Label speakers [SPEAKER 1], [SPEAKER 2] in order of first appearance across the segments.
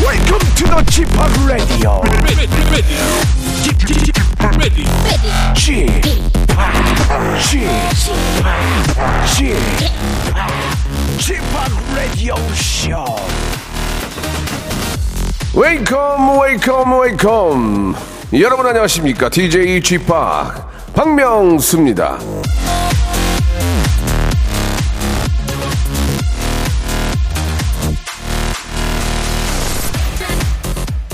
[SPEAKER 1] Welcome to the g p o p Radio.
[SPEAKER 2] ready, ready, ready, ready.
[SPEAKER 1] g p o p g p g p o p Radio Show. Welcome, welcome, welcome. 여러분 안녕하십니까? DJ g p o p 박명수입니다.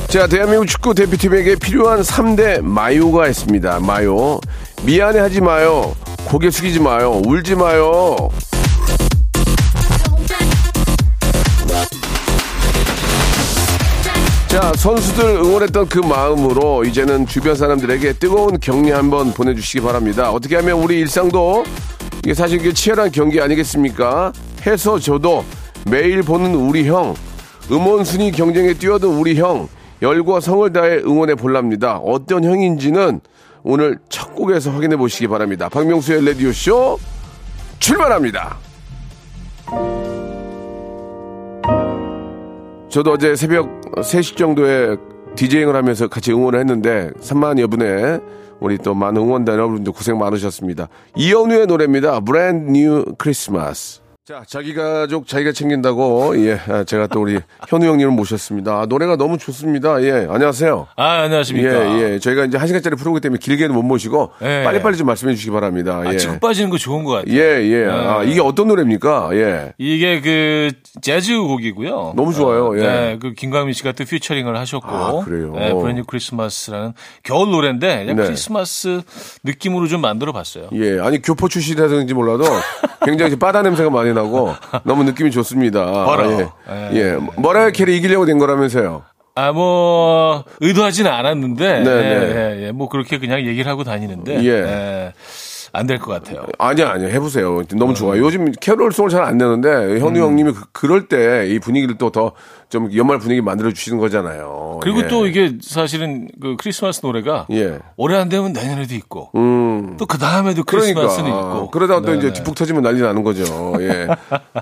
[SPEAKER 1] 자, 대한민국 축구 대표팀에게 필요한 3대 마요가 있습니다. 마요. 미안해 하지 마요. 고개 숙이지 마요. 울지 마요. 자, 선수들 응원했던 그 마음으로 이제는 주변 사람들에게 뜨거운 격려 한번 보내주시기 바랍니다. 어떻게 하면 우리 일상도 이게 사실 이게 치열한 경기 아니겠습니까? 해서 저도 매일 보는 우리 형, 음원순위 경쟁에 뛰어든 우리 형, 열과 성을 다해 응원해 볼랍니다. 어떤 형인지는 오늘 첫 곡에서 확인해 보시기 바랍니다. 박명수의 레디오쇼 출발합니다. 저도 어제 새벽 3시 정도에 디제잉을 하면서 같이 응원을 했는데 3만 여분의 우리 또 많은 응원단 여러분들 고생 많으셨습니다. 이현우의 노래입니다. 브랜드 뉴 크리스마스. 자, 자기 가족 자기가 챙긴다고 예, 아, 제가 또 우리 현우 형님을 모셨습니다. 아, 노래가 너무 좋습니다. 예, 안녕하세요.
[SPEAKER 3] 아, 안녕하십니까.
[SPEAKER 1] 예, 예. 저희가 이제 한 시간짜리 프로그램 때문에 길게는 못 모시고
[SPEAKER 3] 예.
[SPEAKER 1] 빨리빨리 좀 말씀해 주시기 바랍니다. 예.
[SPEAKER 3] 아, 치고 빠지는 거 좋은 것 같아요.
[SPEAKER 1] 예, 예. 아, 이게 어떤 노래입니까? 예.
[SPEAKER 3] 이게 그 재즈 곡이고요.
[SPEAKER 1] 너무 좋아요.
[SPEAKER 3] 어,
[SPEAKER 1] 예.
[SPEAKER 3] 네, 그 김광민 씨가 또 피처링을 하셨고,
[SPEAKER 1] 아, 그래요?
[SPEAKER 3] 네, 브랜드 크리스마스라는 겨울 노래인데 그냥
[SPEAKER 1] 네.
[SPEAKER 3] 크리스마스 느낌으로 좀 만들어봤어요.
[SPEAKER 1] 예, 아니 교포 출신이라든지 몰라도 굉장히 이제 바다 냄새가 많이 나고 너무 느낌이 좋습니다.
[SPEAKER 3] 벌어.
[SPEAKER 1] 예, 예. 머라이어 캐리 이기려고 된 거라면서요.
[SPEAKER 3] 아, 뭐 의도하진
[SPEAKER 1] 네,
[SPEAKER 3] 않았는데, 예,
[SPEAKER 1] 네.
[SPEAKER 3] 예, 예. 뭐 그렇게 그냥 얘기를 하고 다니는데, 네,
[SPEAKER 1] 예.
[SPEAKER 3] 안 될 것 같아요.
[SPEAKER 1] 아니야, 아니야. 해보세요. 너무 좋아요.
[SPEAKER 3] 음.
[SPEAKER 1] 요즘 캐롤송을 잘 안 내는데 현우 형님이 그, 럴 때 이 분위기를 또 더 좀 연말 분위기 만들어 주시는 거잖아요.
[SPEAKER 3] 그리고
[SPEAKER 1] 예.
[SPEAKER 3] 또 이게 사실은 그 크리스마스 노래가
[SPEAKER 1] 예.
[SPEAKER 3] 올해 안 되면 내년에도 있고, 또 그 다음에도
[SPEAKER 1] 그러니까
[SPEAKER 3] 크리스마스는 있고.
[SPEAKER 1] 그러다가 또
[SPEAKER 3] 네,
[SPEAKER 1] 이제
[SPEAKER 3] 네.
[SPEAKER 1] 뒷북 터지면 난리 나는 거죠. 예.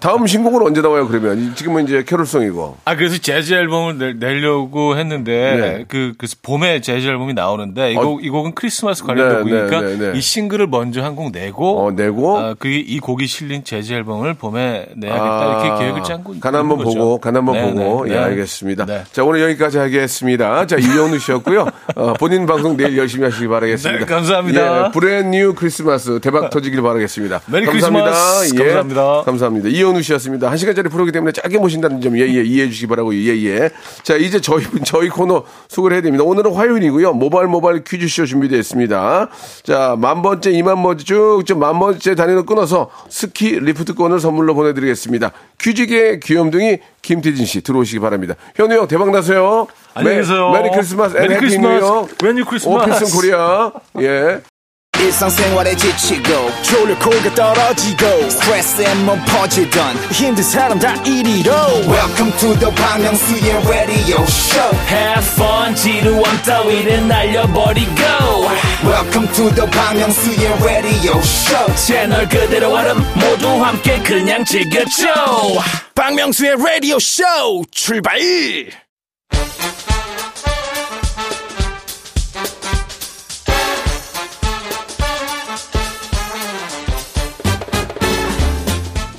[SPEAKER 1] 다음 신곡은 언제 나와요? 그러면 이- 지금은 이제 캐롤송이고.
[SPEAKER 3] 아 그래서 재즈 앨범을 내, 내려고 했는데
[SPEAKER 1] 네.
[SPEAKER 3] 그 그래서 봄에 재즈 앨범이 나오는데 이,
[SPEAKER 1] 어.
[SPEAKER 3] 곡, 이 곡은 크리스마스
[SPEAKER 1] 네,
[SPEAKER 3] 관련된 곡이니까
[SPEAKER 1] 네, 네, 네.
[SPEAKER 3] 이 싱글을 먼저 한 곡 내고
[SPEAKER 1] 어, 내고
[SPEAKER 3] 아, 그이 곡이 실린 재즈 앨범을 봄에 내야겠다
[SPEAKER 1] 아,
[SPEAKER 3] 네, 이렇게 계획을 짠고
[SPEAKER 1] 간 한번 보고, 간
[SPEAKER 3] 네,
[SPEAKER 1] 한번 보고. 예, 알겠습니다. 자, 오늘 여기까지 하겠습니다. 자, 이현우 씨였고요. 어, 본인 방송 내일 열심히 하시기 바라겠습니다.
[SPEAKER 3] 네, 감사합니다.
[SPEAKER 1] 예, 브랜뉴 크리스마스 대박 터지길 바라겠습니다.
[SPEAKER 3] 메리
[SPEAKER 1] 감사합니다.
[SPEAKER 3] 크리스마스.
[SPEAKER 1] 예,
[SPEAKER 3] 감사합니다.
[SPEAKER 1] 감사합니다. 이현우 씨였습니다. 한 시간짜리 프로그램 때문에 짧게 모신다는 점, 예, 예, 이해해 주시기 바라고, 예, 예. 자, 이제 저희, 저희 코너 소개를 해야 됩니다. 오늘은 화요일이고요. 모발 모발 퀴즈쇼 준비되어 있습니다. 자, 만 번째, 이만 번째 쭉, 좀만 번째 단위로 끊어서 스키 리프트권을 선물로 보내드리겠습니다. 퀴즈계 귀염둥이 김태진 씨 들어오시기 바랍니다. 현우 형, 대박 나세요.
[SPEAKER 3] 안녕히 계세요.
[SPEAKER 1] 메, 메리 크리스마스, 앤
[SPEAKER 3] 메리
[SPEAKER 1] 해피
[SPEAKER 3] 크리스마스.
[SPEAKER 1] 뉴이어.
[SPEAKER 3] 메리 크리스마스.
[SPEAKER 1] 오피슨 코리아. 예.
[SPEAKER 4] 일상생활에 지치고, 졸려 코가 떨어지고, 스트레스에 몸 퍼지던, 힘든 사람 다
[SPEAKER 1] E
[SPEAKER 4] 이리로. welcome to the Bang Myung-soo's radio show
[SPEAKER 5] Have fun 지루함 따위를 날려버리고
[SPEAKER 4] welcome to the Bang Myung-soo's radio show
[SPEAKER 5] 채널 그대로 얼음 모두 함께 그냥 즐겨줘
[SPEAKER 4] 박명수의 radio show 출발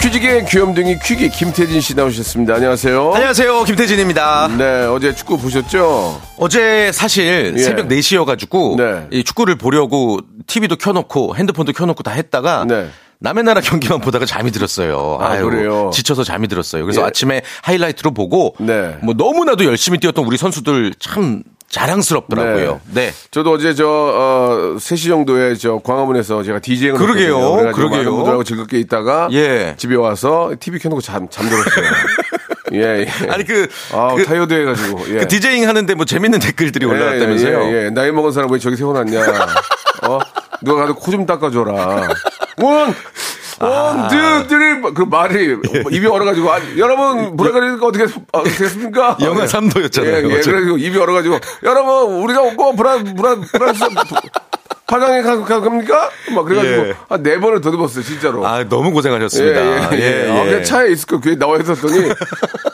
[SPEAKER 1] 퀴즈계 귀염둥이 퀴기 김태진 씨 나오셨습니다. 안녕하세요.
[SPEAKER 6] 안녕하세요, 김태진입니다.
[SPEAKER 1] 네, 어제 축구 보셨죠?
[SPEAKER 6] 어제 사실
[SPEAKER 1] 예.
[SPEAKER 6] 새벽 4시여가지고
[SPEAKER 1] 네.
[SPEAKER 6] 이 축구를 보려고 TV도 켜놓고 핸드폰도 켜놓고 다 했다가
[SPEAKER 1] 네.
[SPEAKER 6] 남의 나라 경기만 보다가 잠이 들었어요.
[SPEAKER 1] 아, 그래요?
[SPEAKER 6] 지쳐서 잠이 들었어요. 그래서
[SPEAKER 1] 예.
[SPEAKER 6] 아침에 하이라이트로 보고
[SPEAKER 1] 네.
[SPEAKER 6] 뭐 너무나도 열심히 뛰었던 우리 선수들 참 자랑스럽더라고요. 네.
[SPEAKER 1] 저도 어제 저, 어, 3시 정도에 저 광화문에서 제가 DJ를.
[SPEAKER 6] 그러게요. 그러게요.
[SPEAKER 1] 많은 분들하고 즐겁게 있다가.
[SPEAKER 6] 예.
[SPEAKER 1] 집에 와서 TV 켜놓고 잠, 잠들었어요. 예, 예.
[SPEAKER 6] 아니 그,
[SPEAKER 1] 아,
[SPEAKER 6] 그,
[SPEAKER 1] 타이어드 해가지고. 예.
[SPEAKER 6] 그 디제잉 하는데 뭐 재밌는 댓글들이 올라왔다면서요.
[SPEAKER 1] 예, 예, 예. 나이 먹은 사람 왜 저기 세워놨냐. 어? 누가 가도 코 좀 닦아줘라. 원! 원두드리 그 말이 입이 얼어가지고 아, 여러분 브라가리니까 어떻게 어떻겠습니까?
[SPEAKER 6] 예. 영하 삼도였잖아요.
[SPEAKER 1] 예, 예. 그래가지고 입이 얼어가지고 여러분 우리가 없고 브라 브라 브라스 파장에 가 겁니까? 막 그래가지고
[SPEAKER 6] 예.
[SPEAKER 1] 한 네 번을 더듬었어요 진짜로.
[SPEAKER 6] 아, 너무 고생하셨습니다.
[SPEAKER 1] 예, 예, 예. 아, 그냥 차에 있을 거 귀에 나와 있었더니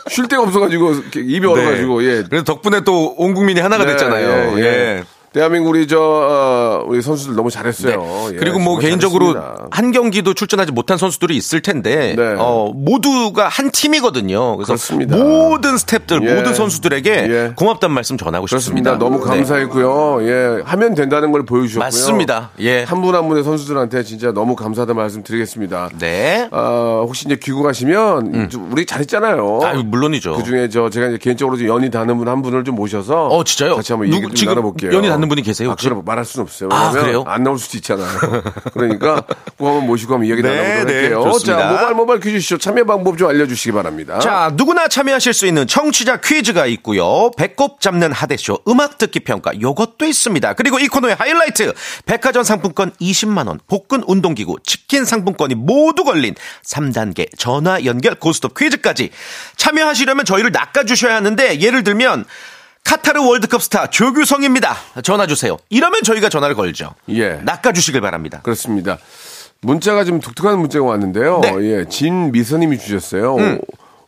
[SPEAKER 1] 쉴 데가 없어가지고 이렇게
[SPEAKER 6] 네.
[SPEAKER 1] 입이 얼어가지고 예.
[SPEAKER 6] 그래서 덕분에 또 온 국민이 하나가
[SPEAKER 1] 네,
[SPEAKER 6] 됐잖아요.
[SPEAKER 1] 예,
[SPEAKER 6] 예.
[SPEAKER 1] 예. 대한민국 우리 저 어, 우리 선수들 너무 잘했어요. 예,
[SPEAKER 6] 그리고 뭐
[SPEAKER 1] 정말
[SPEAKER 6] 개인적으로
[SPEAKER 1] 잘했습니다.
[SPEAKER 6] 한 경기도 출전하지 못한 선수들이 있을 텐데
[SPEAKER 1] 네.
[SPEAKER 6] 어, 모두가 한 팀이거든요. 그래서
[SPEAKER 1] 그렇습니다.
[SPEAKER 6] 모든 스탭들,
[SPEAKER 1] 예.
[SPEAKER 6] 모든 선수들에게
[SPEAKER 1] 예.
[SPEAKER 6] 고맙단 말씀 전하고
[SPEAKER 1] 그렇습니다.
[SPEAKER 6] 싶습니다.
[SPEAKER 1] 너무
[SPEAKER 6] 네.
[SPEAKER 1] 감사했고요. 예, 하면 된다는 걸 보여주셨고요.
[SPEAKER 6] 맞습니다. 예.
[SPEAKER 1] 한 분 한 분의 선수들한테 진짜 너무 감사하다 말씀드리겠습니다.
[SPEAKER 6] 네. 음.
[SPEAKER 1] 아, 혹시 이제 귀국하시면 좀 우리 잘했잖아요.
[SPEAKER 6] 아, 물론이죠.
[SPEAKER 1] 그 중에 저 제가 이제 개인적으로 좀 연이 닿는 분 한 분을 좀 모셔서
[SPEAKER 6] 어, 진짜요?
[SPEAKER 1] 같이 한번
[SPEAKER 6] 누구-
[SPEAKER 1] 얘기 좀
[SPEAKER 6] 지금
[SPEAKER 1] 나눠볼게요.
[SPEAKER 6] 연이 닿는 분이 계세요,
[SPEAKER 1] 아,
[SPEAKER 6] 혹시?
[SPEAKER 1] 그럼 말할 수는 없어요.
[SPEAKER 6] 아,
[SPEAKER 1] 왜냐면
[SPEAKER 6] 그래요?
[SPEAKER 1] 안 나올 수도 있잖아요. 그러니까 꼭 한번 모시고 한번 이야기
[SPEAKER 6] 네,
[SPEAKER 1] 나눠보도록
[SPEAKER 6] 네,
[SPEAKER 1] 할게요.
[SPEAKER 6] 좋습니다.
[SPEAKER 1] 자, 모바일 모바일 퀴즈쇼 참여 방법 좀 알려주시기 바랍니다.
[SPEAKER 6] 자, 누구나 참여하실 수 있는 청취자 퀴즈가 있고요. 배꼽 잡는 하대쇼, 음악 듣기 평가, 요것도 있습니다. 그리고 이 코너의 하이라이트, 백화점 상품권 20만원, 복근 운동기구, 치킨 상품권이 모두 걸린 3단계 전화 연결 고스톱 퀴즈까지 참여하시려면 저희를 낚아주셔야 하는데, 예를 들면, 카타르 월드컵 스타 조규성입니다. 전화 주세요. 이러면 저희가 전화를 걸죠.
[SPEAKER 1] 예.
[SPEAKER 6] 낚아주시길 바랍니다.
[SPEAKER 1] 그렇습니다. 문자가 좀 독특한 문자가 왔는데요.
[SPEAKER 6] 네. 음.
[SPEAKER 1] 예, 진미선님이 주셨어요. 오,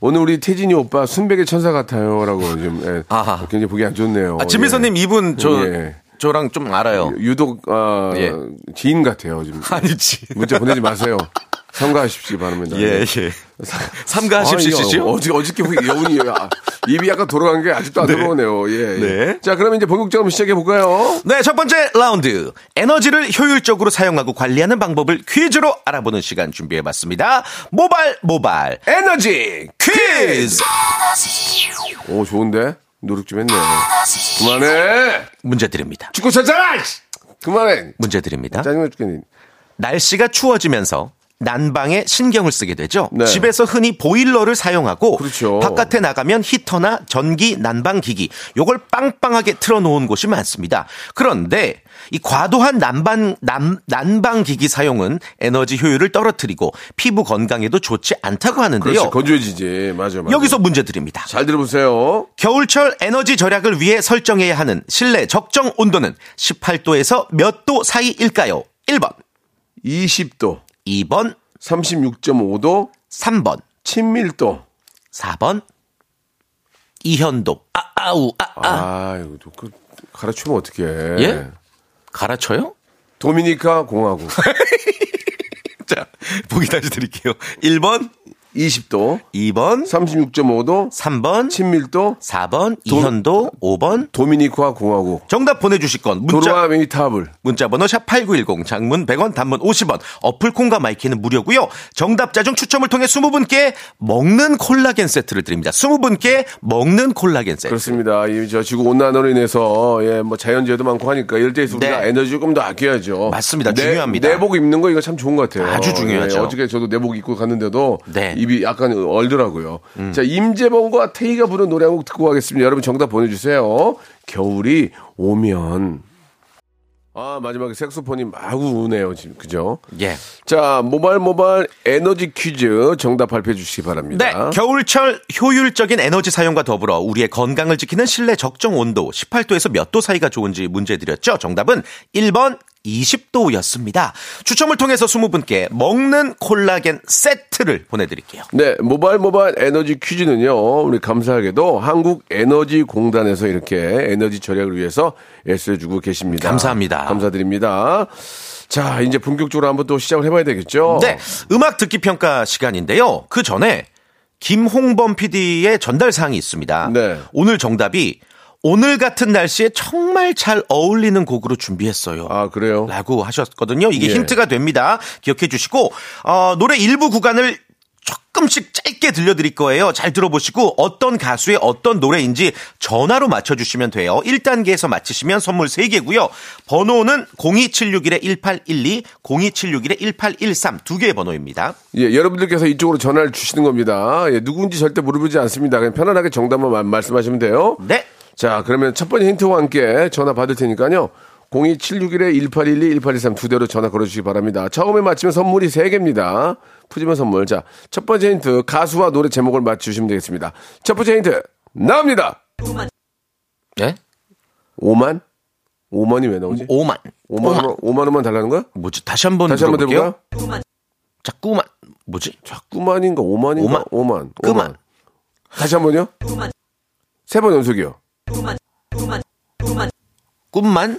[SPEAKER 1] 오늘 우리 태진이 오빠 순백의 천사 같아요라고 좀 예,
[SPEAKER 6] 아하.
[SPEAKER 1] 굉장히 보기 안 좋네요.
[SPEAKER 6] 아, 진미선님 이분 저
[SPEAKER 1] 어, 예.
[SPEAKER 6] 저랑 좀 알아요.
[SPEAKER 1] 예. 유독 아,
[SPEAKER 6] 예.
[SPEAKER 1] 지인 같아요 지금.
[SPEAKER 6] 아니지.
[SPEAKER 1] 문자 보내지 마세요. 삼가하십시오 바랍니다.
[SPEAKER 6] 예, 예. 삼가하십시오,
[SPEAKER 1] 아, 이거
[SPEAKER 6] 씨요?
[SPEAKER 1] 어저 어저께 후- 여운이 아, 입이 약간 돌아간 게 아직도 안 돌아오네요. 예. 예.
[SPEAKER 6] 네.
[SPEAKER 1] 자, 그럼 이제 본격적으로 시작해 볼까요?
[SPEAKER 6] 네, 첫 번째 라운드. 에너지를 효율적으로 사용하고 관리하는 방법을 퀴즈로 알아보는 시간 준비해봤습니다. 모발, 모발.
[SPEAKER 1] 에너지
[SPEAKER 6] 퀴즈!
[SPEAKER 1] 오 좋은데 노력 좀 했네요. 그만해.
[SPEAKER 6] 문제 드립니다.
[SPEAKER 1] 죽고 찾아라! 이씨! 그만해!
[SPEAKER 6] 문제 드립니다.
[SPEAKER 1] 짜증나 죽겠네.
[SPEAKER 6] 날씨가 추워지면서 난방에 신경을 쓰게 되죠.
[SPEAKER 1] 네.
[SPEAKER 6] 집에서 흔히 보일러를 사용하고
[SPEAKER 1] 그렇죠.
[SPEAKER 6] 바깥에 나가면 히터나 전기 난방 기기 요걸 빵빵하게 틀어 놓은 곳이 많습니다. 그런데 이 과도한 난방 난, 난방 기기 사용은 에너지 효율을 떨어뜨리고 피부 건강에도 좋지 않다고 하는데요.
[SPEAKER 1] 그렇지, 건조해지지. 맞아, 맞아.
[SPEAKER 6] 여기서 문제 드립니다.
[SPEAKER 1] 잘 들어보세요.
[SPEAKER 6] 겨울철 에너지 절약을 위해 설정해야 하는 실내 적정 온도는 18도에서 몇 도 사이일까요? 1번,
[SPEAKER 1] 20도,
[SPEAKER 6] 2번,
[SPEAKER 1] 36.5도,
[SPEAKER 6] 3번.
[SPEAKER 1] 친밀도.
[SPEAKER 6] 4번 이현도 아 아우 아, 아.
[SPEAKER 1] 아, 이거 또 그, 가르치면 어떡해.
[SPEAKER 6] 예? 갈아쳐요?
[SPEAKER 1] 도미니카 공화국.
[SPEAKER 6] 자 보기 다시 드릴게요 1번
[SPEAKER 1] 20도,
[SPEAKER 6] 2번
[SPEAKER 1] 36.5도,
[SPEAKER 6] 3번
[SPEAKER 1] 친밀도,
[SPEAKER 6] 4번 이현도 5번
[SPEAKER 1] 도미니카 공화국.
[SPEAKER 6] 정답 보내주실 건 문자
[SPEAKER 1] 도로아미 타블.
[SPEAKER 6] 문자번호 샵8910 장문 100원 단문 50원 어플콘과 마이키는 무료고요 정답자 중 추첨을 통해 20분께 먹는 콜라겐 세트를 드립니다 20분께 먹는 콜라겐 세트
[SPEAKER 1] 그렇습니다. 이 저 지구 온난화로 인해서 예, 뭐 자연재해도 많고 하니까 이럴 때 있어 우리가
[SPEAKER 6] 네.
[SPEAKER 1] 에너지 조금 더 아껴야죠.
[SPEAKER 6] 맞습니다.
[SPEAKER 1] 내-
[SPEAKER 6] 중요합니다.
[SPEAKER 1] 내복 입는 거 이거 참 좋은 것 같아요.
[SPEAKER 6] 아주 중요하죠.
[SPEAKER 1] 예, 어저께 저도 내복 입고 갔는데도
[SPEAKER 6] 네. 음.
[SPEAKER 1] 입이 약간 얼더라고요. 자, 임재범과 태희가 부른 노래 한 곡 듣고 가겠습니다. 여러분 정답 보내 주세요. 겨울이 오면 아, 마지막에 색소폰이 마구 우네요, 지금. 그죠?
[SPEAKER 6] 예.
[SPEAKER 1] 자, 모발 모발 에너지 퀴즈 정답 발표해 주시기 바랍니다.
[SPEAKER 6] 네, 겨울철 효율적인 에너지 사용과 더불어 우리의 건강을 지키는 실내 적정 온도 18도에서 몇 도 사이가 좋은지 문제 드렸죠. 정답은 1번 20도였습니다. 추첨을 통해서 20분께 먹는 콜라겐 세트를 보내드릴게요.
[SPEAKER 1] 네, 모바일 모바일 에너지 퀴즈는요, 우리 감사하게도 한국에너지공단에서 이렇게 에너지 절약을 위해서 애써주고 계십니다.
[SPEAKER 6] 감사합니다.
[SPEAKER 1] 감사드립니다. 자, 이제 본격적으로 한번 또 시작을 해봐야 되겠죠?
[SPEAKER 6] 네, 음악 듣기 평가 시간인데요. 그 전에 김홍범 PD의 전달 사항이 있습니다.
[SPEAKER 1] 네.
[SPEAKER 6] 오늘 정답이 오늘 같은 날씨에 정말 잘 어울리는 곡으로 준비했어요.
[SPEAKER 1] 아, 그래요?
[SPEAKER 6] 라고 하셨거든요. 이게
[SPEAKER 1] 예.
[SPEAKER 6] 힌트가 됩니다. 기억해 주시고 어, 노래 일부 구간을 조금씩 짧게 들려드릴 거예요. 잘 들어보시고 어떤 가수의 어떤 노래인지 전화로 맞춰주시면 돼요. 1단계에서 맞히시면 선물 3개고요. 번호는 02761-1812, 02761-1813 두 개의 번호입니다.
[SPEAKER 1] 예, 여러분들께서 이쪽으로 전화를 주시는 겁니다. 예, 누군지 절대 물어보지 않습니다. 그냥 편안하게 정답만 마- 말씀하시면 돼요.
[SPEAKER 6] 네.
[SPEAKER 1] 자, 그러면 첫 번째 힌트와 함께 전화 받을 테니까요. 02-761-1812-1823 두 대로 전화 걸어주시기 바랍니다. 처음에 맞히면 선물이 세개입니다 푸짐한 선물. 자, 첫 번째 힌트, 가수와 노래 제목을 맞추시면 되겠습니다. 첫 번째 힌트, 나옵니다!
[SPEAKER 6] 예?
[SPEAKER 1] 5만? 5만이 왜 나오지?
[SPEAKER 6] 5만.
[SPEAKER 1] 5만, 원, 5만 원만 달라는 거야?
[SPEAKER 6] 뭐지? 다시 한번
[SPEAKER 1] 다시 한번
[SPEAKER 6] 들어볼게요.
[SPEAKER 1] 해볼까요?
[SPEAKER 6] 자꾸만. 뭐지?
[SPEAKER 1] 9만인가 5만인가? 5만.
[SPEAKER 6] 그만.
[SPEAKER 1] 다시 한 번요? 세 번 연속이요.
[SPEAKER 6] 꿈만?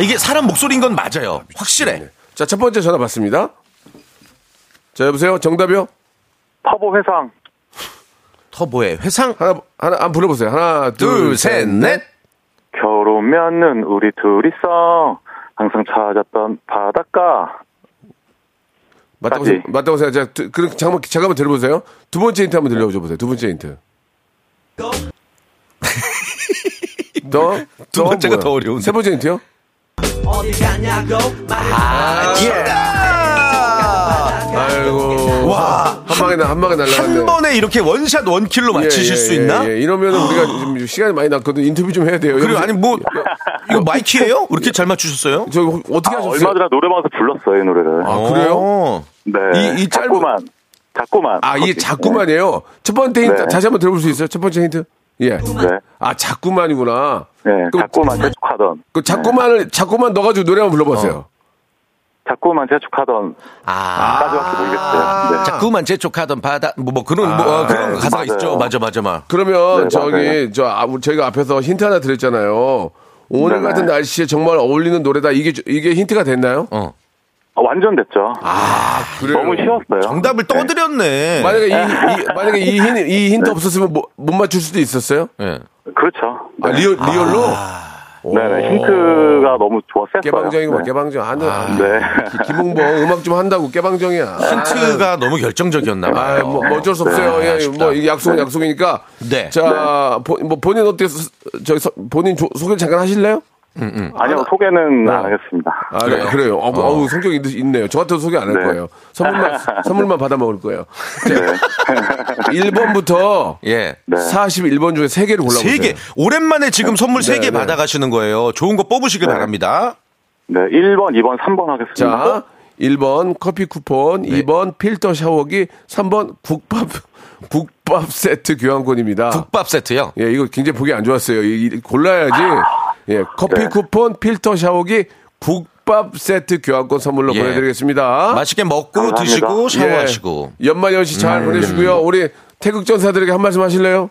[SPEAKER 6] 이게 사람 목소리인 건 맞아요. 확실해.
[SPEAKER 1] 자, 첫 번째 전화 받습니다. 자, 여보세요? 정답이요?
[SPEAKER 7] 파보 회상.
[SPEAKER 6] 터보의 회상.
[SPEAKER 1] 하나, 하나, 한번 불러보세요. 하나, 둘,
[SPEAKER 6] 둘, 셋, 넷.
[SPEAKER 7] 겨루면은 우리 둘이서 항상 찾았던 바닷가.
[SPEAKER 1] 맞다고,
[SPEAKER 7] 맞지?
[SPEAKER 1] 생- 맞다고 생각, 제가, 두- 그럼 잠깐만, 잠깐만 들어보세요. 두 번째 힌트 한번 들려줘 보세요. 두 번째 힌트. 더?
[SPEAKER 6] 두 번째가 더 어려운데.
[SPEAKER 1] 세 번째 힌트요?
[SPEAKER 6] 아, 예.
[SPEAKER 1] 아이고.
[SPEAKER 6] 와.
[SPEAKER 1] 한 방에, 나- 한 방에 날라갔네.
[SPEAKER 6] 한 번에 이렇게 원샷 원킬로 맞히실
[SPEAKER 1] 예,
[SPEAKER 6] 수
[SPEAKER 1] 예,
[SPEAKER 6] 있나?
[SPEAKER 1] 예, 예. 이러면은 우리가 지금 시간이 많이 났거든. 인터뷰 좀 해야 돼요.
[SPEAKER 6] 그리고
[SPEAKER 1] 여기서-
[SPEAKER 6] 아니 뭐 이거 마이키예요? 왜 이렇게 잘 맞추셨어요?
[SPEAKER 1] 저 혹- 어떻게
[SPEAKER 7] 아,
[SPEAKER 1] 하셨어요?
[SPEAKER 7] 얼마 전에 노래방에서 불렀어요, 이 노래를.
[SPEAKER 1] 아, 그래요?
[SPEAKER 6] 어.
[SPEAKER 7] 네.
[SPEAKER 1] 이- 이 짧은-
[SPEAKER 7] 자꾸만. 자꾸만.
[SPEAKER 1] 아, 이게 자꾸만이에요. 첫 번째 힌트
[SPEAKER 7] 네.
[SPEAKER 1] 다시 한번 들어볼 수 있어요? 첫 번째 힌트. 예.
[SPEAKER 7] 네.
[SPEAKER 1] 아, 자꾸만이구나.
[SPEAKER 7] 네.
[SPEAKER 1] 그럼-
[SPEAKER 7] 자꾸만 네. 재촉하던.
[SPEAKER 1] 그 자꾸만을 자꾸만 넣어가지고 노래 한번 불러보세요.
[SPEAKER 7] 자꾸만 재촉하던.
[SPEAKER 6] 아.
[SPEAKER 7] 따져왔기 모르겠어요. 네.
[SPEAKER 6] 자꾸만 재촉하던 바다 뭐, 뭐 그런 뭐, 어, 그런
[SPEAKER 7] 네,
[SPEAKER 6] 가사
[SPEAKER 7] 맞아요.
[SPEAKER 6] 있죠. 맞아 맞아 맞.
[SPEAKER 1] 그러면
[SPEAKER 7] 네,
[SPEAKER 1] 저기
[SPEAKER 7] 맞아요.
[SPEAKER 1] 저 아, 우리 저희가 앞에서 힌트 하나 드렸잖아요. 오늘
[SPEAKER 7] 네네.
[SPEAKER 1] 같은 날씨에 정말 어울리는 노래다. 이게 저- 이게 힌트가 됐나요?
[SPEAKER 6] 어.
[SPEAKER 7] 아, 완전 됐죠.
[SPEAKER 1] 그래요.
[SPEAKER 7] 너무 쉬웠어요.
[SPEAKER 6] 정답을 떠드렸네.
[SPEAKER 1] 만약에 이, 이- 만약에 이 힌 이
[SPEAKER 7] 네.
[SPEAKER 1] 힌트 없었으면 뭐- 못 맞출 수도 있었어요.
[SPEAKER 6] 예.
[SPEAKER 7] 그렇죠.
[SPEAKER 1] 아, 리얼 리얼로
[SPEAKER 7] 네. 네네. 힌트가 너무 좋았어요.
[SPEAKER 1] 깨방정이고 깨방정 안 아,
[SPEAKER 7] 네. 아,
[SPEAKER 1] 김웅봉 음악 좀 한다고 깨방정이야.
[SPEAKER 6] 힌트가 아, 너무 결정적이었나
[SPEAKER 1] 아,
[SPEAKER 6] 봐요.
[SPEAKER 1] 뭐, 뭐 어쩔 수 없어요.
[SPEAKER 6] 네,
[SPEAKER 1] 예,
[SPEAKER 6] 아쉽다.
[SPEAKER 1] 뭐, 이게 약속은 약속이니까.
[SPEAKER 6] 네.
[SPEAKER 1] 자, 보- 뭐 본인 어떻게, 스- 저기, 서- 본인 조- 소개 잠깐 하실래요?
[SPEAKER 7] 아니요, 소개는 안 하겠습니다.
[SPEAKER 1] 네. 아, 그래요. 그래요. 어, 우 성격이 있- 있네요. 저 같아도 소개 안 할
[SPEAKER 7] 네.
[SPEAKER 1] 거예요. 선물만, 선물만 받아 먹을 거예요. 자, 1번부터
[SPEAKER 6] 예.
[SPEAKER 7] 네.
[SPEAKER 1] 41번 중에 3개를 골라보세요.
[SPEAKER 6] 세 개. 오랜만에 지금 선물 세
[SPEAKER 1] 네.
[SPEAKER 6] 개 받아가시는 거예요. 좋은 거 뽑으시길 바랍니다.
[SPEAKER 7] 네, 1번, 2번, 3번 하겠습니다.
[SPEAKER 1] 자, 1번 커피 쿠폰,
[SPEAKER 6] 네.
[SPEAKER 1] 2번 필터 샤워기, 3번 국밥, 국밥 세트 교환권입니다.
[SPEAKER 6] 국밥 세트요.
[SPEAKER 1] 아. 예, 이거 굉장히 보기 안 좋았어요. 이, 이- 골라야지.
[SPEAKER 6] 아.
[SPEAKER 1] 예, 커피
[SPEAKER 7] 네.
[SPEAKER 1] 쿠폰, 필터 샤워기, 국밥 세트 교환권 선물로
[SPEAKER 6] 예.
[SPEAKER 1] 보내드리겠습니다.
[SPEAKER 6] 맛있게 먹고
[SPEAKER 7] 감사합니다.
[SPEAKER 6] 드시고
[SPEAKER 1] 예.
[SPEAKER 6] 샤워하시고. 음.
[SPEAKER 1] 연말연시 잘 보내시고요. 우리 태극전사들에게 한 말씀 하실래요?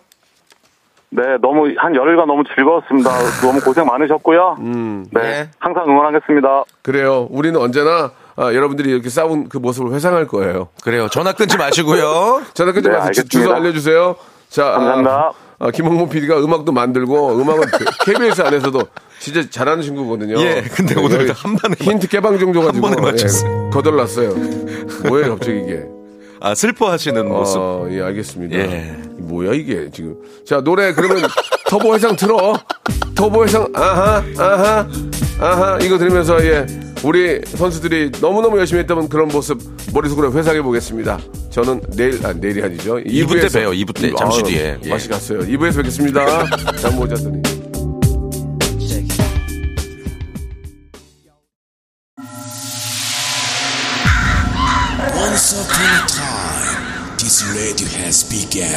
[SPEAKER 7] 네, 너무 한 열흘간 너무 즐거웠습니다. 너무 고생 많으셨고요. 네,
[SPEAKER 6] 네.
[SPEAKER 7] 항상 응원하겠습니다.
[SPEAKER 1] 그래요. 우리는 언제나 아, 여러분들이 이렇게 싸운 그 모습을 회상할 거예요.
[SPEAKER 6] 그래요. 전화 끊지 마시고요.
[SPEAKER 1] 전화 끊지
[SPEAKER 7] 네,
[SPEAKER 1] 마세요. 주-
[SPEAKER 7] 알겠습니다.
[SPEAKER 1] 주소 알려주세요. 자,
[SPEAKER 7] 감사합니다.
[SPEAKER 1] 아, 아, 김홍문 PD가 음악도 만들고 음악은 그 KBS 안에서도 진짜 잘하는 친구거든요.
[SPEAKER 6] 예, 근데 오늘
[SPEAKER 1] 여기
[SPEAKER 6] 한 번에
[SPEAKER 1] 힌트 깨방정 줘가지고
[SPEAKER 6] 한 번에 맞췄어요.
[SPEAKER 1] 예, 거덜났어요. 뭐예요, 갑자기 이게?
[SPEAKER 6] 아, 슬퍼하시는 모습.
[SPEAKER 1] 아, 예, 알겠습니다.
[SPEAKER 6] 예.
[SPEAKER 1] 뭐야 이게 지금? 자 노래 그러면 터보 해상 틀어. 터보 해상 아하 아하 아하 이거 들으면서 예 우리 선수들이 너무 너무 열심히 했던 그런 모습 머릿속으로 회상해 보겠습니다. 저는 내일 아 내일이 아니죠.
[SPEAKER 6] 이부 때
[SPEAKER 1] 이부에서- 아,
[SPEAKER 6] 봬요, 이부 때. 잠시 뒤에. 예.
[SPEAKER 1] 맛이 갔어요. 2부에서 뵙겠습니다. 잠 못 잤더니.
[SPEAKER 2] Once upon a time, this radio has begun.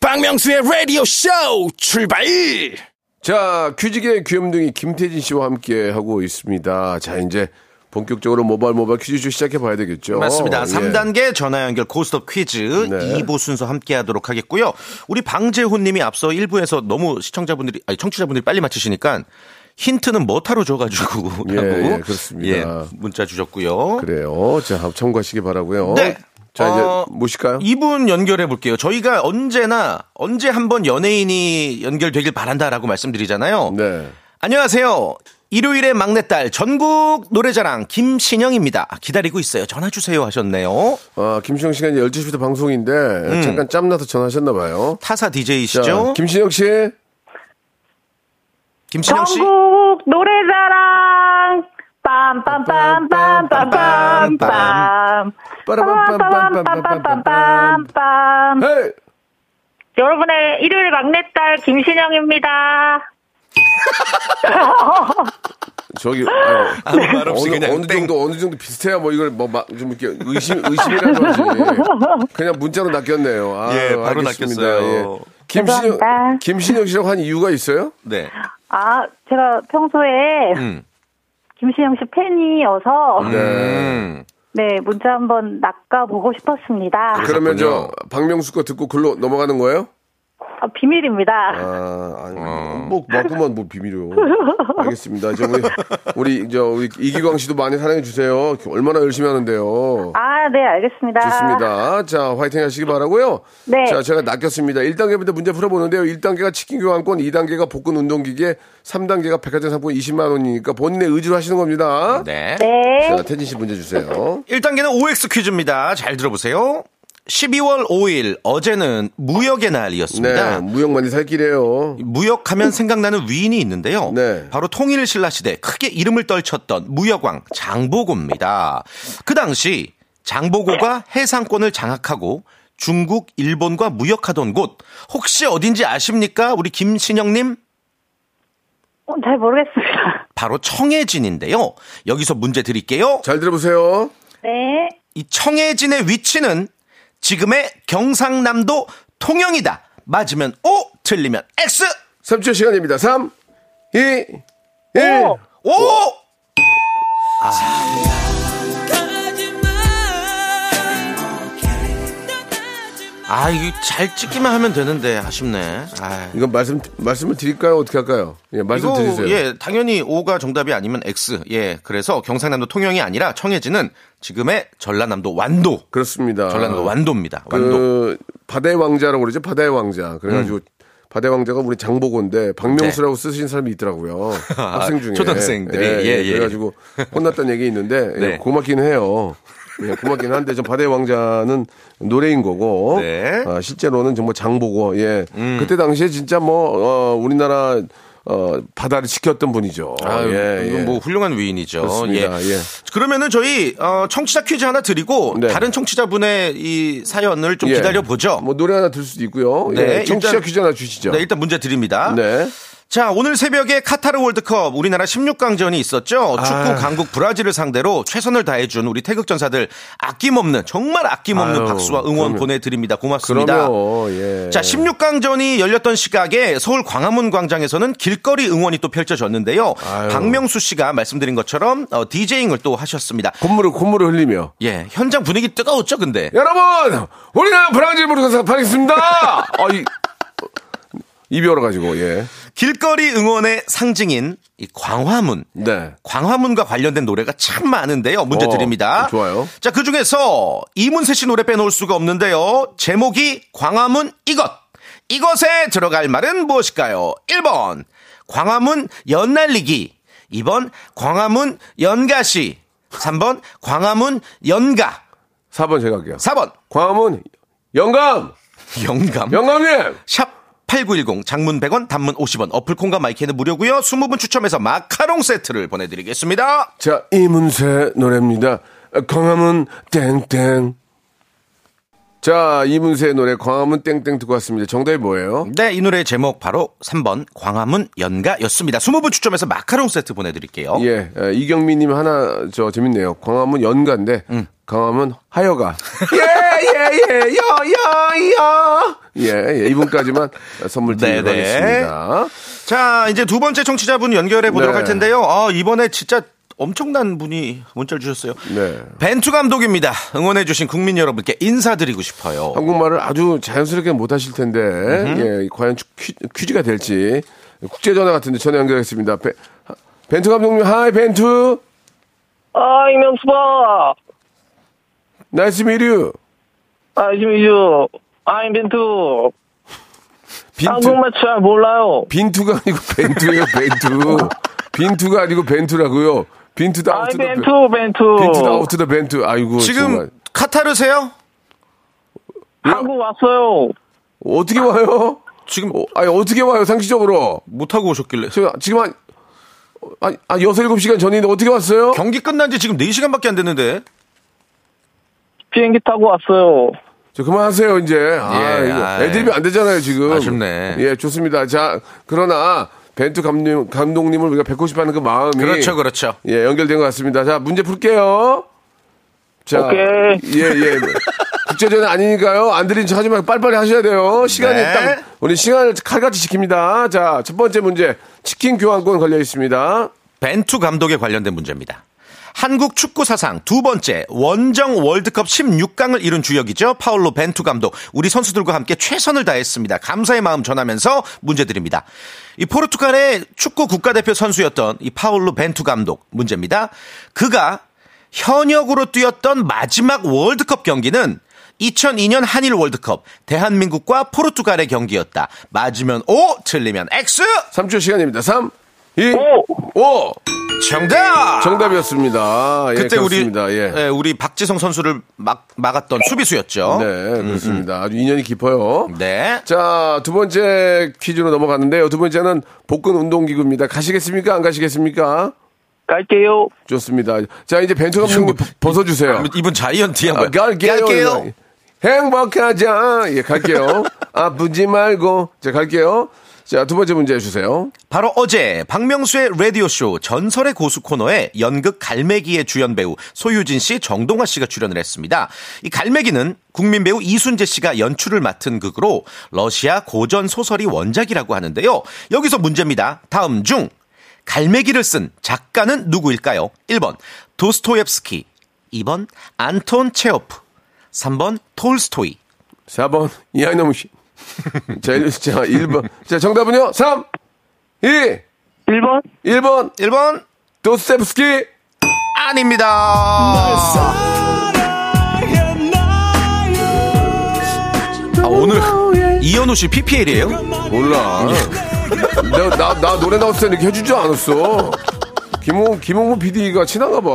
[SPEAKER 5] 박명수의 라디오 쇼 출발
[SPEAKER 1] 자, 퀴즈계의 귀염둥이 김태진 씨와 함께 하고 있습니다. 자, 이제 본격적으로 모바일 모바일 퀴즈쇼 시작해 봐야 되겠죠.
[SPEAKER 6] 맞습니다.
[SPEAKER 1] 예.
[SPEAKER 6] 삼 3단계 전화 연결 고스톱 퀴즈
[SPEAKER 1] 네.
[SPEAKER 6] 이 2부 순서 함께 하도록 하겠고요. 우리 방재훈 님이 앞서 1부에서 너무 시청자분들이, 아니, 청취자분들이 빨리 맞히시니까 힌트는 뭐타로 줘가지고.
[SPEAKER 1] 예,
[SPEAKER 6] 라고
[SPEAKER 1] 예, 그렇습니다.
[SPEAKER 6] 문자 주셨고요.
[SPEAKER 1] 그래요. 자, 참고하시기 바라고요.
[SPEAKER 6] 네.
[SPEAKER 1] 자, 이제
[SPEAKER 6] 어,
[SPEAKER 1] 모실까요?
[SPEAKER 6] 이분 연결해 볼게요. 저희가 언제나, 언제 한번 연예인이 연결되길 바란다라고 말씀드리잖아요.
[SPEAKER 1] 네.
[SPEAKER 6] 안녕하세요. 일요일의 막내딸 전국 노래자랑 김신영입니다. 아, 기다리고 있어요. 전화 주세요 하셨네요.
[SPEAKER 1] 아, 김신영 씨가 이제 12시부터 방송인데 잠깐 짬나서 전화하셨나 봐요.
[SPEAKER 6] 타사
[SPEAKER 1] 자,
[SPEAKER 6] 음. DJ이시죠?
[SPEAKER 1] 김신영 씨.
[SPEAKER 6] 김신영 씨.
[SPEAKER 8] 전국 노래자랑 빰빰빰빰빰빰빰빰 빰빰빰빰빰빰빰빰
[SPEAKER 1] 헤이!
[SPEAKER 8] 여러분의 일요일 막내딸 김신영입니다.
[SPEAKER 1] 저기 아유,
[SPEAKER 6] 아무 말 없이
[SPEAKER 1] 어느,
[SPEAKER 6] 그냥
[SPEAKER 1] 어느
[SPEAKER 6] 땡.
[SPEAKER 1] 정도 어느 정도 비슷해야 뭐 이걸 뭐막좀 이렇게 의심 의심이라고 하지. 그냥 문자로 낚였네요. 아,
[SPEAKER 6] 예, 바로
[SPEAKER 1] 알겠습니다.
[SPEAKER 6] 낚였어요.
[SPEAKER 1] 예. 김신영
[SPEAKER 8] 죄송합니다.
[SPEAKER 1] 김신영 씨라고 한 이유가 있어요?
[SPEAKER 6] 네.
[SPEAKER 8] 아, 제가 평소에
[SPEAKER 6] 음.
[SPEAKER 8] 김신영 씨 팬이어서
[SPEAKER 6] 음.
[SPEAKER 8] 네, 문자 한번 낚아보고 싶었습니다.
[SPEAKER 1] 그러면 저 박명수 거 듣고 글로 넘어가는 거예요?
[SPEAKER 8] 아, 비밀입니다.
[SPEAKER 1] 아, 아니,
[SPEAKER 6] 어.
[SPEAKER 1] 뭐 맞구만 뭐 비밀이요. 알겠습니다. 저 우리 우리 저 우리 이기광 씨도 많이 사랑해 주세요. 얼마나 열심히 하는데요.
[SPEAKER 8] 아, 네, 알겠습니다.
[SPEAKER 1] 좋습니다. 자, 화이팅 하시기 바라고요.
[SPEAKER 8] 네.
[SPEAKER 1] 자, 제가 낚였습니다. 1단계부터 문제 풀어보는데요. 1단계가 치킨 교환권, 2단계가 복근 운동기계, 3단계가 백화점 상품 20만 원이니까 본인의 의지로 하시는 겁니다.
[SPEAKER 6] 네.
[SPEAKER 8] 네.
[SPEAKER 1] 자, 태진 씨 문제 주세요.
[SPEAKER 6] 1단계는 OX 퀴즈입니다. 잘 들어보세요. 12월 5일 어제는 무역의
[SPEAKER 1] 네,
[SPEAKER 6] 날이었습니다.
[SPEAKER 1] 무역 많이 살 길이에요.
[SPEAKER 6] 무역하면 생각나는 위인이 있는데요.
[SPEAKER 1] 네.
[SPEAKER 6] 바로 통일신라 시대 크게 이름을 떨쳤던 무역왕 장보고입니다. 그 당시 장보고가 해상권을 장악하고 중국, 일본과 무역하던 곳 혹시 어딘지 아십니까? 우리 김신영님
[SPEAKER 8] 어, 잘 모르겠습니다.
[SPEAKER 6] 바로 청해진인데요. 여기서 문제 드릴게요.
[SPEAKER 1] 잘 들어보세요.
[SPEAKER 8] 네.
[SPEAKER 6] 이 청해진의 위치는 지금의 경상남도 통영이다. 맞으면 O, 틀리면 X.
[SPEAKER 1] 3초 시간입니다. 3, 2, 1.
[SPEAKER 6] 오! 아, 이거 잘 찍기만 하면 되는데 아쉽네. 아,
[SPEAKER 1] 이건 말씀, 말씀을 드릴까요? 어떻게 할까요? 예, 말씀
[SPEAKER 6] 이거
[SPEAKER 1] 드리세요.
[SPEAKER 6] 예, 당연히 O가 정답이 아니면 X. 예, 그래서 경상남도 통영이 아니라 청해진은 지금의 전라남도 완도.
[SPEAKER 1] 그렇습니다.
[SPEAKER 6] 전라남도 완도입니다. 완도.
[SPEAKER 1] 아. 그 바다의 왕자라고 그러죠. 바다의 왕자. 그래가지고
[SPEAKER 6] 음.
[SPEAKER 1] 바다의 왕자가 우리 장보고인데 박명수라고 쓰신 사람이 있더라고요. 학생 중에
[SPEAKER 6] 네. 아, 초등학생들이. 예, 예, 예.
[SPEAKER 1] 그래가지고 혼났다는 얘기 있는데
[SPEAKER 6] 네.
[SPEAKER 1] 예, 고맙긴 해요. 예, 고맙긴 한데 좀 바다의 왕자는 노래인 거고
[SPEAKER 6] 네. 음.
[SPEAKER 1] 아, 실제로는 정말 장보고 예 그때 당시에 진짜 뭐 어, 우리나라 어, 바다를 지켰던 분이죠.
[SPEAKER 6] 아유,
[SPEAKER 1] 예,
[SPEAKER 6] 이건
[SPEAKER 1] 예.
[SPEAKER 6] 뭐 훌륭한 위인이죠.
[SPEAKER 1] 그렇습니다. 예.
[SPEAKER 6] 그러면은 저희 어, 청취자 퀴즈 하나 드리고
[SPEAKER 1] 네.
[SPEAKER 6] 다른 청취자분의 이 사연을 좀
[SPEAKER 1] 예.
[SPEAKER 6] 기다려 보죠.
[SPEAKER 1] 뭐 노래 하나 들 수도 있고요.
[SPEAKER 6] 네,
[SPEAKER 1] 예, 청취자
[SPEAKER 6] 일단-
[SPEAKER 1] 퀴즈 하나 주시죠.
[SPEAKER 6] 네, 일단 문제 드립니다.
[SPEAKER 1] 네.
[SPEAKER 6] 자, 오늘 새벽에 카타르 월드컵 우리나라 16강전이 있었죠.
[SPEAKER 1] 아.
[SPEAKER 6] 축구 강국 브라질을 상대로 최선을 다해준 우리 태극 전사들 아낌없는 정말 아낌없는
[SPEAKER 1] 아유,
[SPEAKER 6] 박수와 응원
[SPEAKER 1] 그럼요.
[SPEAKER 6] 보내드립니다. 고맙습니다.
[SPEAKER 1] 그러면 예.
[SPEAKER 6] 자, 16강전이 열렸던 시각에 서울 광화문 광장에서는 길거리 응원이 또 펼쳐졌는데요. 박명수 씨가 말씀드린 것처럼 어, 디제잉을 또 하셨습니다.
[SPEAKER 1] 콧물을 콧물을 흘리며
[SPEAKER 6] 예, 현장 분위기 뜨거웠죠, 근데.
[SPEAKER 1] 여러분 우리나라 브라질 모르겠어 파겠습니다. 아, 어이 이별어 가지고 예.
[SPEAKER 6] 길거리 응원의 상징인 이 광화문.
[SPEAKER 1] 네.
[SPEAKER 6] 광화문과 관련된 노래가 참 많은데요. 문제
[SPEAKER 1] 어,
[SPEAKER 6] 드립니다.
[SPEAKER 1] 좋아요.
[SPEAKER 6] 자, 그 중에서 이문세 씨 노래 빼놓을 수가 없는데요. 제목이 광화문 이것. 이것에 들어갈 말은 무엇일까요? 1번. 광화문 연날리기. 2번. 광화문 연가시. 3번. 광화문 연가.
[SPEAKER 1] 4번 제가 할게요.
[SPEAKER 6] 4번.
[SPEAKER 1] 광화문 영감
[SPEAKER 6] 영감.
[SPEAKER 1] 영감님
[SPEAKER 6] 샵 8910 장문 100원 단문 50원 어플콘과 마이크는 무료고요. 20분 추첨해서 마카롱 세트를 보내드리겠습니다.
[SPEAKER 1] 자 이문세 노래입니다. 광화문 땡땡 자 이문세의 노래 광화문 땡땡 듣고 왔습니다. 정답이 뭐예요?
[SPEAKER 6] 네, 이 노래의 제목 바로 3번 광화문 연가였습니다. 20분 추첨해서 마카롱 세트 보내드릴게요.
[SPEAKER 1] 예, 에, 이경미님 하나 저 재밌네요. 광화문 연가인데
[SPEAKER 6] 음.
[SPEAKER 1] 광화문 하여가.
[SPEAKER 6] 예,
[SPEAKER 1] 예예예여여여. 예, 예, 이분까지만 선물 드리도록
[SPEAKER 6] 네, 네.
[SPEAKER 1] 하겠습니다.
[SPEAKER 6] 자, 이제 두 번째 청취자분 연결해 보도록
[SPEAKER 1] 네.
[SPEAKER 6] 할 텐데요. 아, 이번에 진짜 엄청난 분이 문자를 주셨어요.
[SPEAKER 1] 네.
[SPEAKER 6] 벤투 감독입니다. 응원해주신 국민 여러분께 인사드리고 싶어요.
[SPEAKER 1] 한국말을 아주 자연스럽게 못하실 텐데 예, 과연 퀴, 퀴즈가 될지 국제 전화 같은데 전화 연결했습니다. 벤, 벤투 감독님, 하이 벤투,
[SPEAKER 9] 아, 이명수봐.
[SPEAKER 1] 나이스 미류,
[SPEAKER 9] 아, 이민주. 아, 이벤투.
[SPEAKER 1] 빈투,
[SPEAKER 9] 한국말 잘 몰라요.
[SPEAKER 1] 빈투가 아니고 벤투예요, 벤투. 빈투가 아니고 벤투라고요. 빈투 다우트
[SPEAKER 9] 아이
[SPEAKER 1] 다
[SPEAKER 9] 벤투 벤투.
[SPEAKER 1] 빈투 다우트다 벤투. 아이고
[SPEAKER 6] 지금
[SPEAKER 1] 정말.
[SPEAKER 6] 카타르세요?
[SPEAKER 9] 한국 왔어요.
[SPEAKER 1] 어떻게 와요?
[SPEAKER 6] 지금
[SPEAKER 1] 어, 아니 어떻게 와요? 상식적으로
[SPEAKER 6] 못 하고 오셨길래
[SPEAKER 1] 지금 지금 한 아니 아 여섯 일곱 시간 전인데 어떻게 왔어요?
[SPEAKER 6] 경기 끝난 지 지금 4시간밖에 안 됐는데.
[SPEAKER 1] 네.
[SPEAKER 9] 비행기 타고 왔어요.
[SPEAKER 1] 저 그만하세요 이제. 아
[SPEAKER 6] 예,
[SPEAKER 1] 이거
[SPEAKER 6] 아이.
[SPEAKER 1] 애드립이 안 되잖아요 지금.
[SPEAKER 6] 아쉽네.
[SPEAKER 1] 예 좋습니다. 자 그러나 벤투 감독 감독님을 우리가 뵙고 싶어하는 그 마음이
[SPEAKER 6] 그렇죠, 그렇죠.
[SPEAKER 1] 예, 연결된 것 같습니다. 자, 문제 풀게요. 자,
[SPEAKER 9] 오케이.
[SPEAKER 1] 예, 예. 국제전은 아니니까요. 안 들린 척 하지 말고 빨리빨리 하셔야 돼요. 시간이
[SPEAKER 6] 네.
[SPEAKER 1] 딱, 우리 시간을 칼같이 지킵니다. 자, 첫 번째 문제. 치킨 교환권 걸려 있습니다.
[SPEAKER 6] 벤투 감독에 관련된 문제입니다. 한국 축구 사상 두 번째 원정 월드컵 16강을 이룬 주역이죠. 파울로 벤투 감독. 우리 선수들과 함께 최선을 다했습니다. 감사의 마음 전하면서 문제 드립니다. 이 포르투갈의 축구 국가대표 선수였던 이 파울로 벤투 감독 문제입니다. 그가 현역으로 뛰었던 마지막 월드컵 경기는 2002년 한일 월드컵 대한민국과 포르투갈의 경기였다. 맞으면 O, 틀리면 X.
[SPEAKER 1] 3초 시간입니다. 3, 2,
[SPEAKER 9] 오!
[SPEAKER 1] 5.
[SPEAKER 6] 정답.
[SPEAKER 1] 정답이었습니다. 예,
[SPEAKER 6] 그때 우리
[SPEAKER 1] 그렇습니다. 예.
[SPEAKER 6] 예, 우리 박지성 선수를 막 막았던 수비수였죠.
[SPEAKER 1] 네, 그렇습니다. 아주 인연이 깊어요.
[SPEAKER 6] 네.
[SPEAKER 1] 자, 두 번째 퀴즈로 넘어갔는데요. 두 번째는 복근 운동기구입니다. 가시겠습니까? 안 가시겠습니까?
[SPEAKER 9] 갈게요.
[SPEAKER 1] 좋습니다. 자, 이제 벤투 감독님 벗어주세요.
[SPEAKER 6] 이분 뭐 자이언티야
[SPEAKER 1] 아,
[SPEAKER 6] 뭐야?
[SPEAKER 1] 갈게요.
[SPEAKER 6] 갈게요.
[SPEAKER 1] 행복하자. 예, 갈게요. 아프지 말고. 자, 갈게요. 자, 두 번째 문제 주세요.
[SPEAKER 6] 바로 어제 박명수의 라디오 쇼 전설의 고수 코너에 연극 갈매기의 주연 배우 소유진 씨, 정동화 씨가 출연을 했습니다. 이 갈매기는 국민 배우 이순재 씨가 연출을 맡은 극으로 러시아 고전 소설이 원작이라고 하는데요. 여기서 문제입니다. 다음 중 갈매기를 쓴 작가는 누구일까요? 1번 도스토옙스키, 2번 안톤 체오프, 3번 톨스토이.
[SPEAKER 1] 4번. 이하이놈 씨. 자, 일- 자, 1번. 자, 정답은요? 3, 2,
[SPEAKER 9] 1번?
[SPEAKER 1] 1번.
[SPEAKER 6] 1번
[SPEAKER 1] 도스텝스키.
[SPEAKER 6] 아닙니다. 아, 오늘 이현우 씨 PPL이에요?
[SPEAKER 1] 몰라. 나, 나, 나 노래 나왔을 때 이렇게 해주지 않았어. 김홍, 김홍문 PD가 친한가 봐.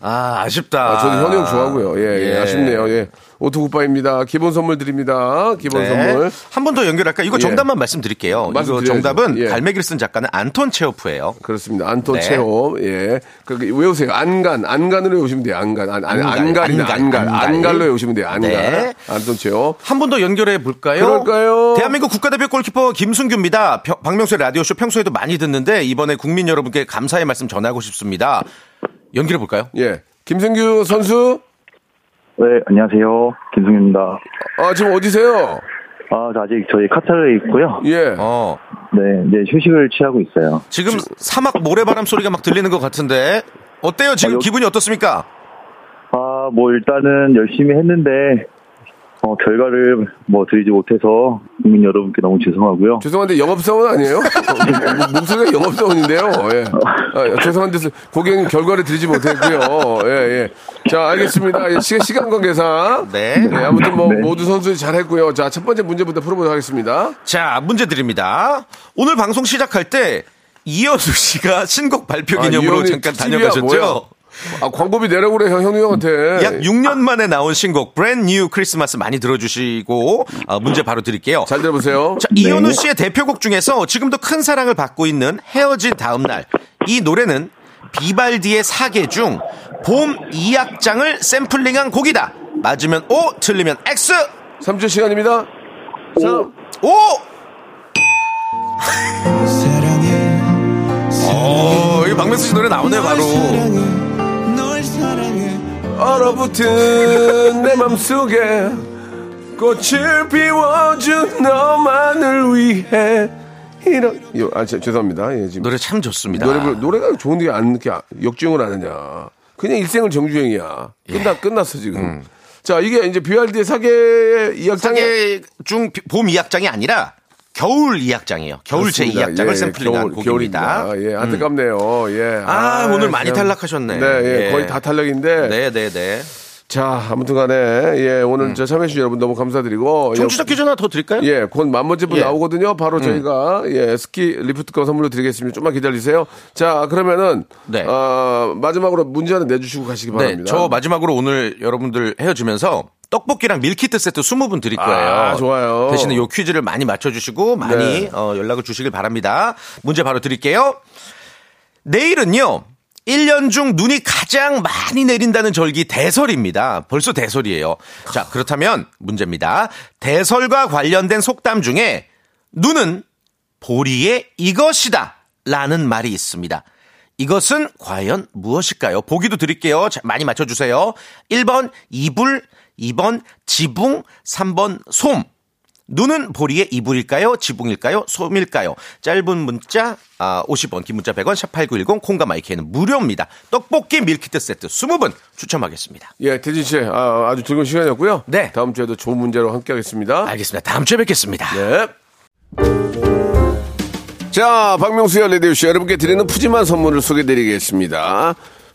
[SPEAKER 6] 아, 아쉽다.
[SPEAKER 1] 아, 저는 현우 형 좋아하고요. 예, 예,
[SPEAKER 6] 예.
[SPEAKER 1] 아쉽네요. 예. 오토국밥입니다. 기본 선물 드립니다.
[SPEAKER 6] 네.
[SPEAKER 1] 기본 선물.
[SPEAKER 6] 한 번 더 연결할까? 요 이거
[SPEAKER 1] 예.
[SPEAKER 6] 정답만 말씀드릴게요. 이거
[SPEAKER 1] 말씀드려야죠.
[SPEAKER 6] 정답은
[SPEAKER 1] 예.
[SPEAKER 6] 갈매기를 쓴 작가는 안톤 체오프예요.
[SPEAKER 1] 그렇습니다. 안톤
[SPEAKER 6] 네.
[SPEAKER 1] 체호. 예. 그, 그 외우세요. 안간. 안간으로 외우시면 돼요. 안간. 안, 안,
[SPEAKER 6] 안간,
[SPEAKER 1] 안간. 안간.
[SPEAKER 6] 안간,
[SPEAKER 1] 안간.
[SPEAKER 6] 안간.
[SPEAKER 1] 안간로 외우시면 돼요. 안간.
[SPEAKER 6] 네.
[SPEAKER 1] 안톤 체호.
[SPEAKER 6] 한 번 더 연결해 볼까요?
[SPEAKER 1] 그럴까요?
[SPEAKER 6] 대한민국 국가대표 골키퍼 김순규입니다. 평- 박명수의 라디오쇼 평소에도 많이 듣는데 이번에 국민 여러분께 감사의 말씀 전하고 싶습니다. 연결해 볼까요?
[SPEAKER 1] 예. 김승규 선수.
[SPEAKER 7] 네, 안녕하세요. 김승윤입니다.
[SPEAKER 1] 아, 지금 어디세요?
[SPEAKER 7] 아, 저 아직 저희 카타르에 있고요.
[SPEAKER 1] 예.
[SPEAKER 6] 어.
[SPEAKER 7] 네, 이제 휴식을 취하고 있어요.
[SPEAKER 6] 지금 사막 모래바람 소리가 막 들리는 것 같은데 어때요? 지금
[SPEAKER 7] 아, 요-
[SPEAKER 6] 기분이 어떻습니까?
[SPEAKER 7] 아, 뭐 일단은 열심히 했는데 어, 결과를 뭐 드리지 못해서 국민 여러분께 너무 죄송하고요.
[SPEAKER 1] 죄송한데 영업사원 아니에요? 어, 목- 목소리가 영업사원인데요. 예. 아, 죄송한데 고객님 결과를 드리지 못했고요. 예, 예. 자, 알겠습니다. 예, 시간, 시간 관계상.
[SPEAKER 6] 네.
[SPEAKER 1] 예, 아무튼 뭐
[SPEAKER 7] 네.
[SPEAKER 1] 모두 선수들이 잘했고요. 자, 첫 번째 문제부터 풀어보도록 하겠습니다.
[SPEAKER 6] 자, 문제 드립니다. 오늘 방송 시작할 때 이현우 씨가 신곡 발표
[SPEAKER 1] 아,
[SPEAKER 6] 그 기념으로
[SPEAKER 1] 이현우
[SPEAKER 6] 잠깐
[SPEAKER 1] TV야, 네.
[SPEAKER 6] 다녀가셨죠?
[SPEAKER 1] 뭐야? 아, 광고비 내라고 그래, 형, 형이 형한테.
[SPEAKER 6] 약 6년 만에 나온 신곡 브랜 뉴 크리스마스 많이 들어주시고 어, 문제 바로 드릴게요.
[SPEAKER 1] 잘 들어보세요. 네.
[SPEAKER 6] 자, 이현우 씨의 대표곡 중에서 지금도 큰 사랑을 받고 있는 헤어진 다음 날 이 노래는 비발디의 사계 중 봄 2악장을 샘플링한 곡이다. 맞으면 O, 틀리면 X.
[SPEAKER 1] 삼 3초 시간입니다. 삼
[SPEAKER 6] O. 어, 이거 박명수 씨 노래 나오네요, 바로.
[SPEAKER 1] 얼어붙은 내 맘속에 꽃을 피워준 너만을 위해 이런 요, 아 죄- 죄송합니다 예 지금
[SPEAKER 6] 노래 뭐, 참 좋습니다.
[SPEAKER 1] 노래 노래가 좋은데 안 이렇게 역주행을 안 하냐 그냥 일생을 정주행이야
[SPEAKER 6] 예.
[SPEAKER 1] 끝나 끝났어 지금 자 이게 이제 BRD의 사계 이악장에
[SPEAKER 6] 음. 사계 중봄 2악장이 아니라 겨울 2악장이에요. 겨울 제 2악장을 샘플링한 곡입니다.
[SPEAKER 1] 예 안타깝네요 예
[SPEAKER 6] 아, 오늘 많이 탈락하셨네.
[SPEAKER 1] 네 예,
[SPEAKER 6] 예.
[SPEAKER 1] 거의 다 탈락인데
[SPEAKER 6] 네, 네, 네.
[SPEAKER 1] 자, 아무튼 간에, 예, 오늘 저 참여해주신 여러분 너무 감사드리고.
[SPEAKER 6] 음. 청취자 퀴즈 하나 더 드릴까요?
[SPEAKER 1] 예, 곧 만번째 분
[SPEAKER 6] 예.
[SPEAKER 1] 나오거든요. 바로 저희가, 예, 스키 리프트권 선물로 드리겠습니다. 좀만 기다리세요. 자, 그러면은,
[SPEAKER 6] 네.
[SPEAKER 1] 아, 마지막으로 문제 하나 내주시고 가시기
[SPEAKER 6] 네,
[SPEAKER 1] 바랍니다.
[SPEAKER 6] 저 마지막으로 오늘 여러분들 헤어지면서 떡볶이랑 밀키트 세트 20분 드릴 거예요.
[SPEAKER 1] 아, 좋아요.
[SPEAKER 6] 대신에 요 퀴즈를 많이 맞춰주시고 많이
[SPEAKER 1] 네.
[SPEAKER 6] 어, 연락을 주시길 바랍니다. 문제 바로 드릴게요. 내일은요. 1년 중 눈이 가장 많이 내린다는 절기 대설입니다. 벌써 대설이에요. 자, 그렇다면 문제입니다. 대설과 관련된 속담 중에 눈은 보리의 이것이다 라는 말이 있습니다. 이것은 과연 무엇일까요? 보기도 드릴게요. 자, 많이 맞춰주세요. 1번 이불, 2번 지붕, 3번 솜. 눈은 보리의 이불일까요? 지붕일까요? 솜일까요? 짧은 문자 아, 50원, 긴 문자 100원, 샵8910 콩과 마이크는 무료입니다. 떡볶이 밀키트 세트 20분 추첨하겠습니다.
[SPEAKER 1] 예, 대진 씨, 아, 주 즐거운 시간이었고요.
[SPEAKER 6] 네.
[SPEAKER 1] 다음 주에도 좋은 문제로 함께하겠습니다.
[SPEAKER 6] 알겠습니다. 다음 주에 뵙겠습니다.
[SPEAKER 1] 네. 자, 박명수의 레디오쇼 여러분께 드리는 푸짐한 선물을 소개드리겠습니다.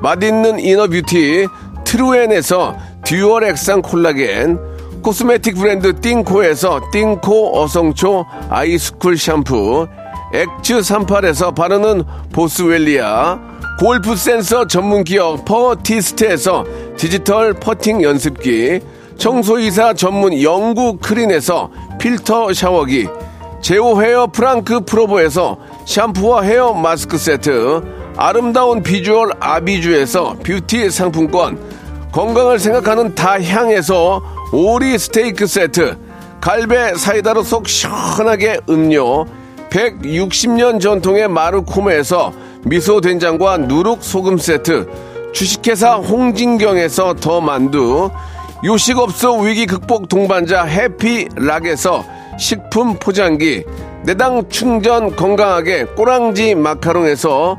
[SPEAKER 1] 맛있는 이너뷰티 트루엔에서 듀얼 액상 콜라겐 코스메틱 브랜드 띵코에서 띵코 어성초 아이스쿨 샴푸 액츠 38에서 바르는 보스웰리아 골프 센서 전문 기업 퍼티스트에서 디지털 퍼팅 연습기 청소이사 전문 영구 크린에서 필터 샤워기 제오 헤어 프랑크 프로보에서 샴푸와 헤어 마스크 세트 아름다운 비주얼 아비주에서 뷰티 상품권 건강을 생각하는 다향에서 오리 스테이크 세트, 갈배 사이다로 속 시원하게 음료, 160년 전통의 마르코메에서 미소 된장과 누룩 소금 세트, 주식회사 홍진경에서 더 만두, 요식업소 위기 극복 동반자 해피락에서 식품 포장기, 내당 충전 건강하게 꼬랑지 마카롱에서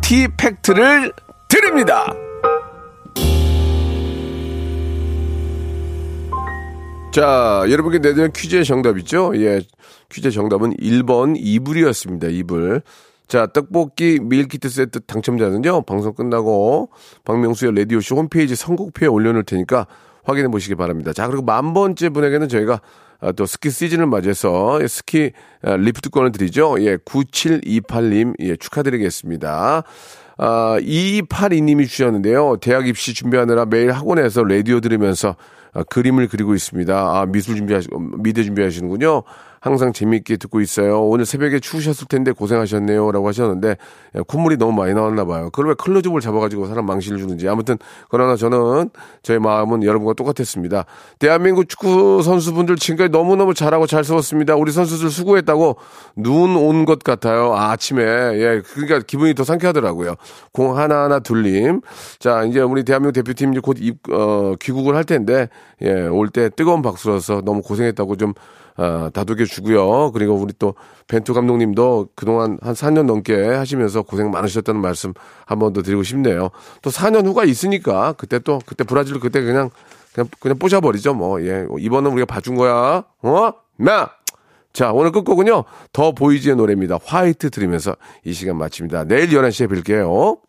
[SPEAKER 1] 티 팩트를 드립니다 자, 여러분께 내드린 퀴즈의 정답 있죠? 예. 퀴즈의 정답은 1번 이불이었습니다. 이불. 자, 떡볶이 밀키트 세트 당첨자는요, 방송 끝나고 박명수의 라디오쇼 홈페이지 선곡표에 올려놓을 테니까 확인해 보시기 바랍니다. 자, 그리고 만 번째 분에게는 저희가 아, 또 스키 시즌을 맞이해서 예, 스키 아, 리프트권을 드리죠. 예, 9728님, 예, 축하드리겠습니다. 아, 2282님이 주셨는데요. 대학 입시 준비하느라 매일 학원에서 라디오 들으면서 아, 그림을 그리고 있습니다. 아, 미술 준비하시고, 미대 준비하시는군요. 항상 재미있게 듣고 있어요. 오늘 새벽에 추우셨을 텐데 고생하셨네요. 라고 하셨는데, 예, 콧물이 너무 많이 나왔나 봐요. 그걸 왜 클로즈업을 잡아가지고 사람 망신을 주는지. 아무튼, 그러나 저는 저의 마음은 여러분과 똑같았습니다. 대한민국 축구 선수분들 지금까지 너무너무 잘하고 잘 싸웠습니다. 우리 선수들 수고했다고 눈 온 것 같아요. 아, 아침에. 예, 그러니까 기분이 더 상쾌하더라고요. 공 하나하나 둘림. 자, 이제 우리 대한민국 대표팀 이제 곧 입, 어, 귀국을 할 텐데, 예, 올 때 뜨거운 박수로서 너무 고생했다고 좀, 어, 다독여 주고요. 그리고 우리 또 벤투 감독님도 그동안 한 4년 넘게 하시면서 고생 많으셨다는 말씀 한 번 더 드리고 싶네요. 또 4년 후가 있으니까 그때 또, 그때 브라질 그때 그냥, 그냥, 그냥 뽀셔버리죠. 뭐, 예. 이번은 우리가 봐준 거야. 어? 나! 자, 오늘 끝곡은요. 더 보이지의 노래입니다. 화이트 들으면서 이 시간 마칩니다. 내일 11시에 뵐게요.